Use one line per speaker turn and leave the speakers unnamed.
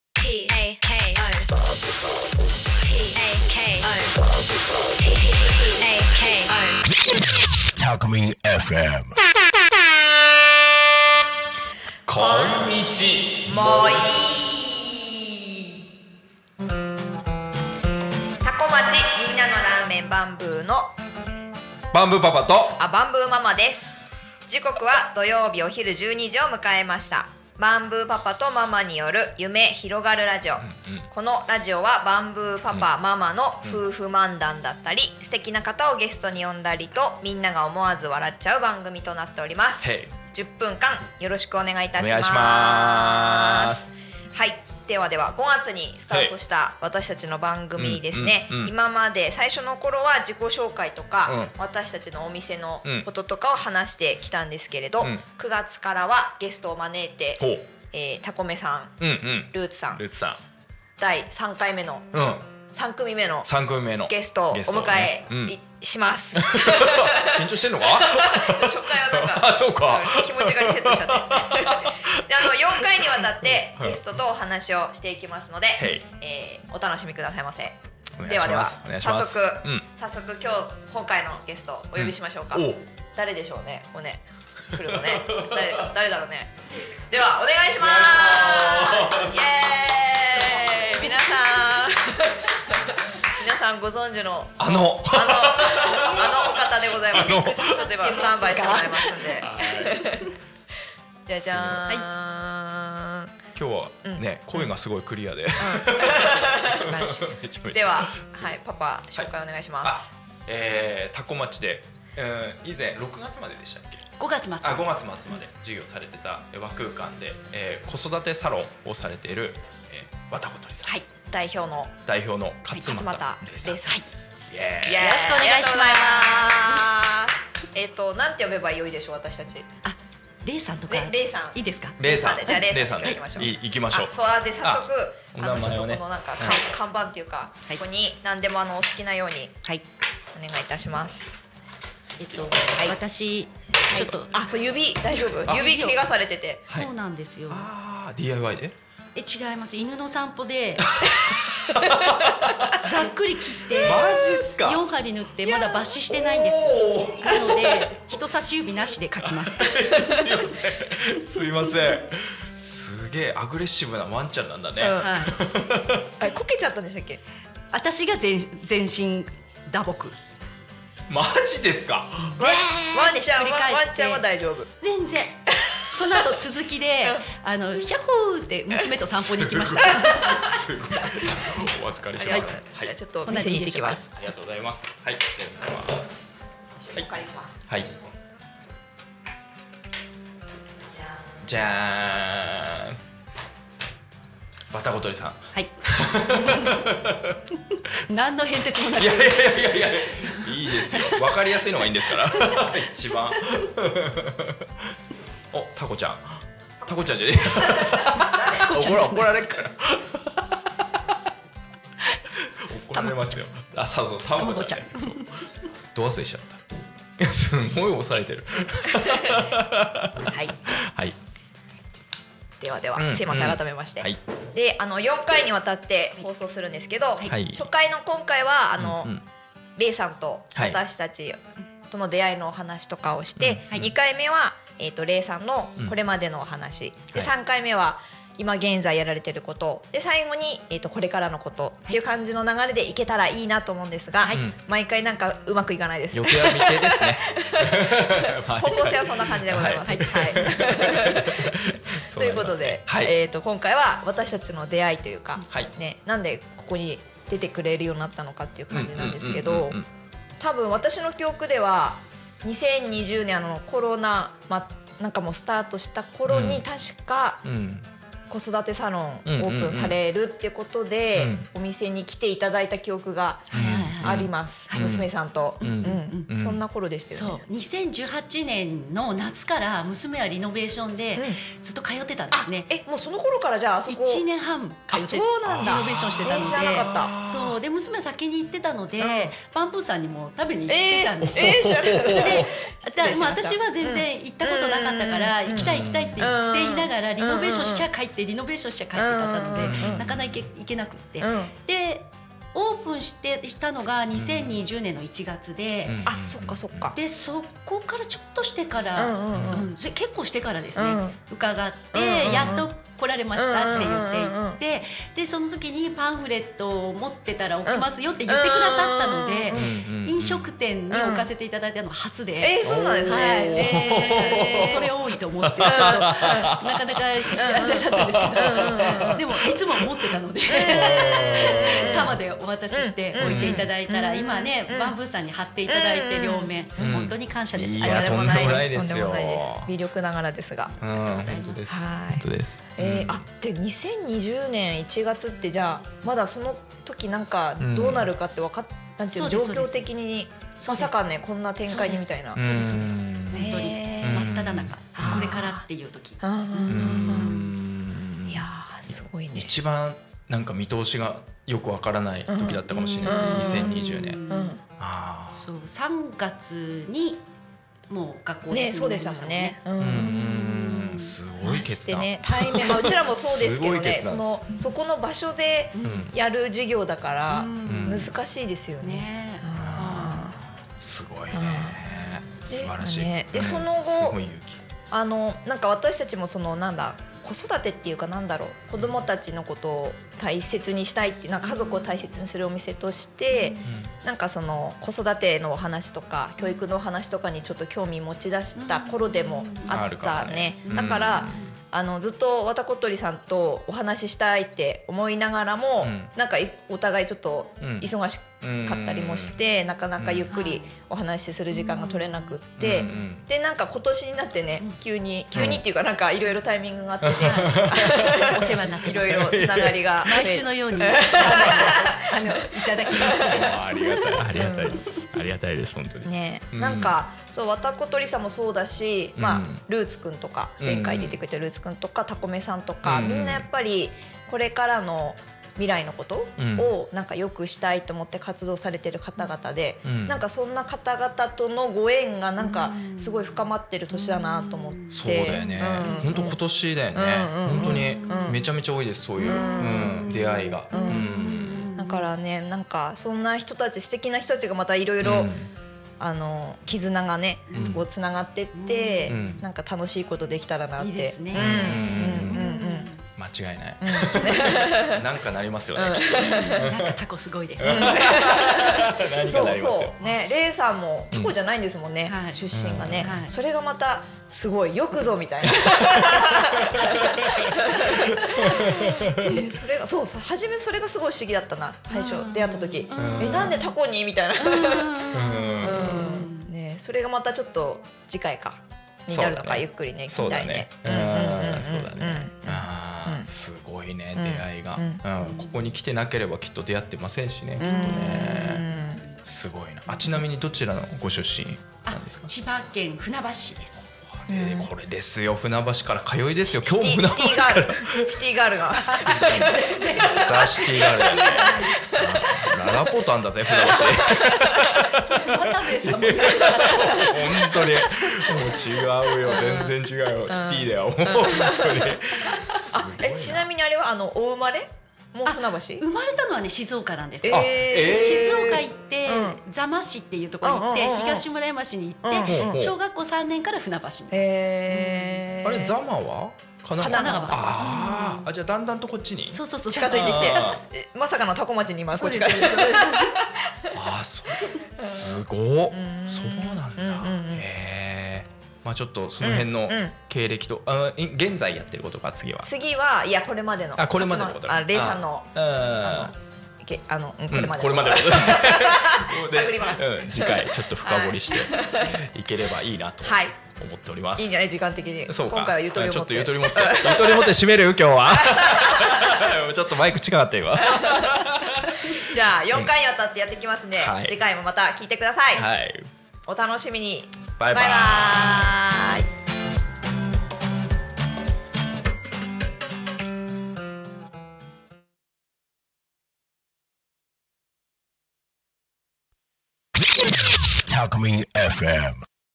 P A K O. P A K O. P A K O.
Talk Me FM
こんにち
もういいタコ町みんなのラーメンバンブーの
バンブーパパと
あバンブーママです時刻は土曜日お昼12時を迎えましたバンブーパパとママによる夢広がるラジオ、このラジオはバンブーパパ、ママの夫婦漫談だったり素敵な方をゲストに呼んだりとみんなが思わず笑っちゃう番組となっております
へい
10分間よろしくお願いいたします
お願いします
はいではでは5月にスタートした私たちの番組ですね、
うんうんうん
今まで最初の頃は自己紹介とか、
う
私たちのお店のこととかを話してきたんですけれど、
うん
9月からはゲストを招いて、
ほう
えータコメさん
うんうん
ルーツさん
ルーツさ
第3回目の
んうん
3組目の
三組目の
ゲストをお
ゲスト
迎
をね
え
うん
いします。
緊張して んのか
初回はなんか
あそうか
気持ちがリセットしちゃって であの4回にわたってゲストとお話をしていきますので
はい、
えーお楽しみくださいませ
お願い
では
し
では
ますお願いし
早
ます
速、
うん
早速今日今回のゲストをお呼びしましょうか、
おう
誰でしょうねおね来るのね誰誰だろうねではお願いしま
お願いします
イエーイ皆さん皆さんご存知の
あの
あの、あのお方でございます。
あの
ちょっと今スタンバイしてもらいますんで。じゃじゃーん。
今日はね声がすごいクリアで
素晴らしい。
めちゃめちゃ
では、はい、パパ、紹介お願いします。
えー、タコ町で、うん、以前6月まででしたっけ
5月末
あ5月末まで授業されてたえ和空間で、えー、子育てサロンをされている、えー、わたことりさん、
はいよ
代表の。
代表の勝
はい勝
俣
俣
礼さんです、イエーイ
イエーイ
ろしくお願いし
あ
ます
りがとうございます。えっと、なんて呼べばよいでしょう、私たち。
あレイさんとか
れ、れいさん。
いいですか
レイさん
じゃあレイさん
で
行きましょう
い行きましょう
あそうあで早速
あ
あ
お
の
名
ちょっ
前
と
を
こ
ね
のなんか、
はい
看板っていうか、
はい
ここに何でもあのお好きなように
はい
お願いいたします。
えっと、
い
私ちょっと、
あ、そう指大丈夫？
あ
指怪我されてて。
はい
そうなんですよ
ああ DIY で
え違います犬の散歩でざっくり切って
マジっすか
4針縫ってまだ抜歯してないんです
お
なので人差し指なしで書きます
ー すいませんすいませんすげえアグレッシブなワンちゃんなんだね、
うん
はい
あ、こけちゃったんでしたっけ？
私が全全身打撲
マジですか
ワンちゃんは
ひっくり返って
ワンちゃんは大丈夫。
全然その後続きであのヒャホーって娘と散歩に行きました
すごいお預かりしま
は
す
い、じゃあちょっと
こんな
店
んで
に行っ
いいで
て
し
き
ょうか
ます。
ありがとうございますはいいただきます
お借りします。
はいじゃーんバタゴトリさん
はい何の変哲もなく
いやいやいやいやいやいいですよわかりやすいのがいいんで すから一番 おタコちゃんタコちゃんじゃねえ
コちゃん
怒ら
じゃない
怒られ るから怒られますよあそうそうタコちゃん,、ね、そうど忘れしちゃったいやすごい抑え てる
はい。
はい
ではで
うん
は、すいませ、
うんん
改めまして。
はい
で、あの四回にわたって放送するんですけど、
はい
初回の今回はあの
う んうん
レイさんと
はい
私たちとの出会いのお話とかをして、
はい
2回目は、えー、とレイさんの
うん
これまでのお話、
はい
で3回目は今現在やられてることで最後に、えー、とこれからのことっていう感じの流れでいけたらいいなと思うんですが、
い
毎回なんかうまくいかないです
予。定は未定で すね毎
方
回
向性はそんな感じでございます。
は
はいい、
そ
と
な
いう
りま
こ
す
とで、
はい、
えー、と今回は私たちの出会いというか、
はい
ね、なんでここに出てくれるようになったのかっていう感じなんですけど。
ううんうんうんうん
多分私の記憶では2020年あのコロナ、ま、なんかもうスタートした頃
うん
に確か
うん
子育てサロンオ
うんうんうん
ープンされるってことで
う
お
ん
店に来ていただいた記憶が
はいはいはい
あります、
うん
娘さんと、
うん
うん
うん
そんな頃でしたよね
そう2018年の夏から娘はリノベーションでずっと通ってたんで
あ
すね、
えもうその頃からじゃああそこ
1年半通
あ
って
そ
リ
うなんだ
ノベーションしてた
えー知らな
の
かっ
で
た
そうで娘は先に行ってたので、
うん
バンプーさんにも食べに行って
え
たんです
ー、
よ、
えー、知ら なかった
じゃあまあ私は全然行ったことなかったから、
うん
行きたい行きたいって言っていながら、
うん
リノベーションしちゃ帰ってリノベーションしちゃ帰ってだったので、
うん
なかなか行け行けなくって、
うん、
でオープンしてしたのが2020年の1月で、
うん
あそっかそっか
でそこからちょっとしてか
うん
ら、
うんうん
うんそれ結構してからですね、
うん
伺って、
うんうん
やっと来られましたって言って
うんうんうん
行
うん
ってでその時にパンフレットを持ってたら置きますよって言ってくださったので
う、んうんうん
飲食店に置かせていただいたのは初で。
えー、そうなんですね、
はい、
えー
それ多いと思ってちょっとなかなかあれだったんですけどでもいつも持ってたので
えー
束でお渡しして置いていただいたら今ねバンブーさんに貼っていただいて両面
ん
本当に感謝です
い
あ
や
りがと
と
うご
ん
ざ
で
い
も
ま
な
す
いです。
と
と
ん
ん
で
で
も
も
な
ないいです
で
す。魅力ながらですが。
うん本当です
はい
本当です
えー、
うん
あで2020年1月ってじゃあまだその時なんか
うん
どうなるかって分かっなんていうの状
そうですそうで
況
す
的に
そ
ま
うです
さかねこんな展開にみたいな。
そうですそうです
ん
本当に
へ
真
ー
っ只中
うん
これからっていう時
あ
う
ー
ん
いやーすごいね。
一番なんか見通しがよくわからない時だったかもしれないですね
うん
2020
う
年
ん
うん
あー
そう3月にもう学校
ね
休
そう
み
で
に
し
な
た
り
もんね。うん
うんうんすごい
まし
決
て
断
ね対面まあうちらもそうですけど
すご
ね
い決
そ
断で
の
す
そこの場所で
うん
やる授業だから
うん
難しいですよね。
ね
あー
すごいね素晴らし
で
い
ねでその後
すごい勇気
あのなんか私たちもそのなんだ子育てっていうかなんだろう子供たちのことを大切にしたいっていうなんか家族を大切にするお店として、なんかその子育てのお話とか教育のお話とかにちょっと興味持ち出した頃でもあったね,、
うん
だから、
うん
あのずっとわたことりさんとお話ししたいって思いながらも、
うん
なんかいお互いちょっと
うん
忙しかったりもして、なかなかゆっくりお話しする時間が取れなくって。
うんうん
でなんか今年になってね
うん
急に
うん
急にっていうかなんかいろいろタイミングがあってね
お世話になって
い
ま
ろ
す
いろつながりが
毎週のようにあ のいただきます
あーありがたいありがたいですありがたいです本当に
ね
うん
なんかそうわたことりさんもそうだしまあ
うん
ルーツくんとか前回出てくれたルーツくんとかタコメさんとか
うん
みんなやっぱりこれからの未来のこと
うん
をなんか良くしたいと思って活動されてる方々で
うん
なんかそんな方々とのご縁がなんか
うん
すごい深まってる年だなと思って
そうだよね
うん
本当今年だよね
うん
本当に
うん
めちゃめちゃ多いですそういう
うん
うん出会いが
うん
うん
だからねなんかそんな人たち素敵な人たちがまたいろいろあの絆がね、
うん
こうつながってって、
うん
なんか楽しいことできたらなって。
いいですね
うんうんうんうん
間違い ない
うん
なんかなりますよねきっ
なんかタコすごいですね。
と 何か
そ
な
う
ります
そ
よ
うね、レイさんもタコじゃないんですもんね、
うんはい
出身がね、
うんはい
それがまたすごいよくぞみ たいな。ねそれがそうそう初めそれがすごい不思議だったな最初
うん
出会った時、
ん
えなんでタコにみたいな。
うん
うんね、それがまたちょっと次回かになるの
そうだ
か、
ね
ゆっくりね聞
そう
きた
だ
い
ね
ね。
うんそうだねあ
う
ー
ん
すごいね
うん
出会いが
うん
うんここに来てなければきっと出会ってませんしねきっと
うん
ねすごいなあちなみにどちらのご出身なんですか
千葉県船橋市です。
ねこれですよ船橋から通いですよ今
シテ
日
ィ
も船
シティ
橋
ガ
から
ールシティガールが
ザシティガールなララポートあんだぜ船橋
渡部さんも
本当にもう違うよ全然違うよシティだよ本当にすごい
えちなみにあれはあのお生まれもう船橋
生まれたのはね静岡なんです
え
よ。
えー
静岡行って
う
座間市っていうところに行って
うんうんうん
東村山市に行っ
うんうん
て小学校三年から船橋に。
えー
あれザマは神
神奈川
あーあじゃあだんだんとこっちに
そうそうそう
近づいてきて
あ
えまさかのタコ町に今
そ
こ
う
っ
で
ち
す
が
そうですそ
ああそうす
うです
ごっ
ん
そうなんだ
うんうんうん
へえまあちょっとその辺
う
の
んうん
経歴とあい現在やってることか次は
次はいやこれまでの
あこれまでのこと
勝間あレイさんの
あ
あ
ー
のけあのうんこれまでの
これまでの こと
探ります
うん次回ちょっと深掘りしていければいいなと
はい
思っております。
いいんじゃない時間的に
そうか
今回はゆとりを
ち
持
ょ
っ
っと
て
ゆとり持って ゆ とり持って締める今日はちょっとマイク近かった今
じゃあ4回にわたってやっていきますんで、
はい
次回もまた聞いてください、
はい
お楽しみに
バイバイ
バイバイ
Talk Me FM.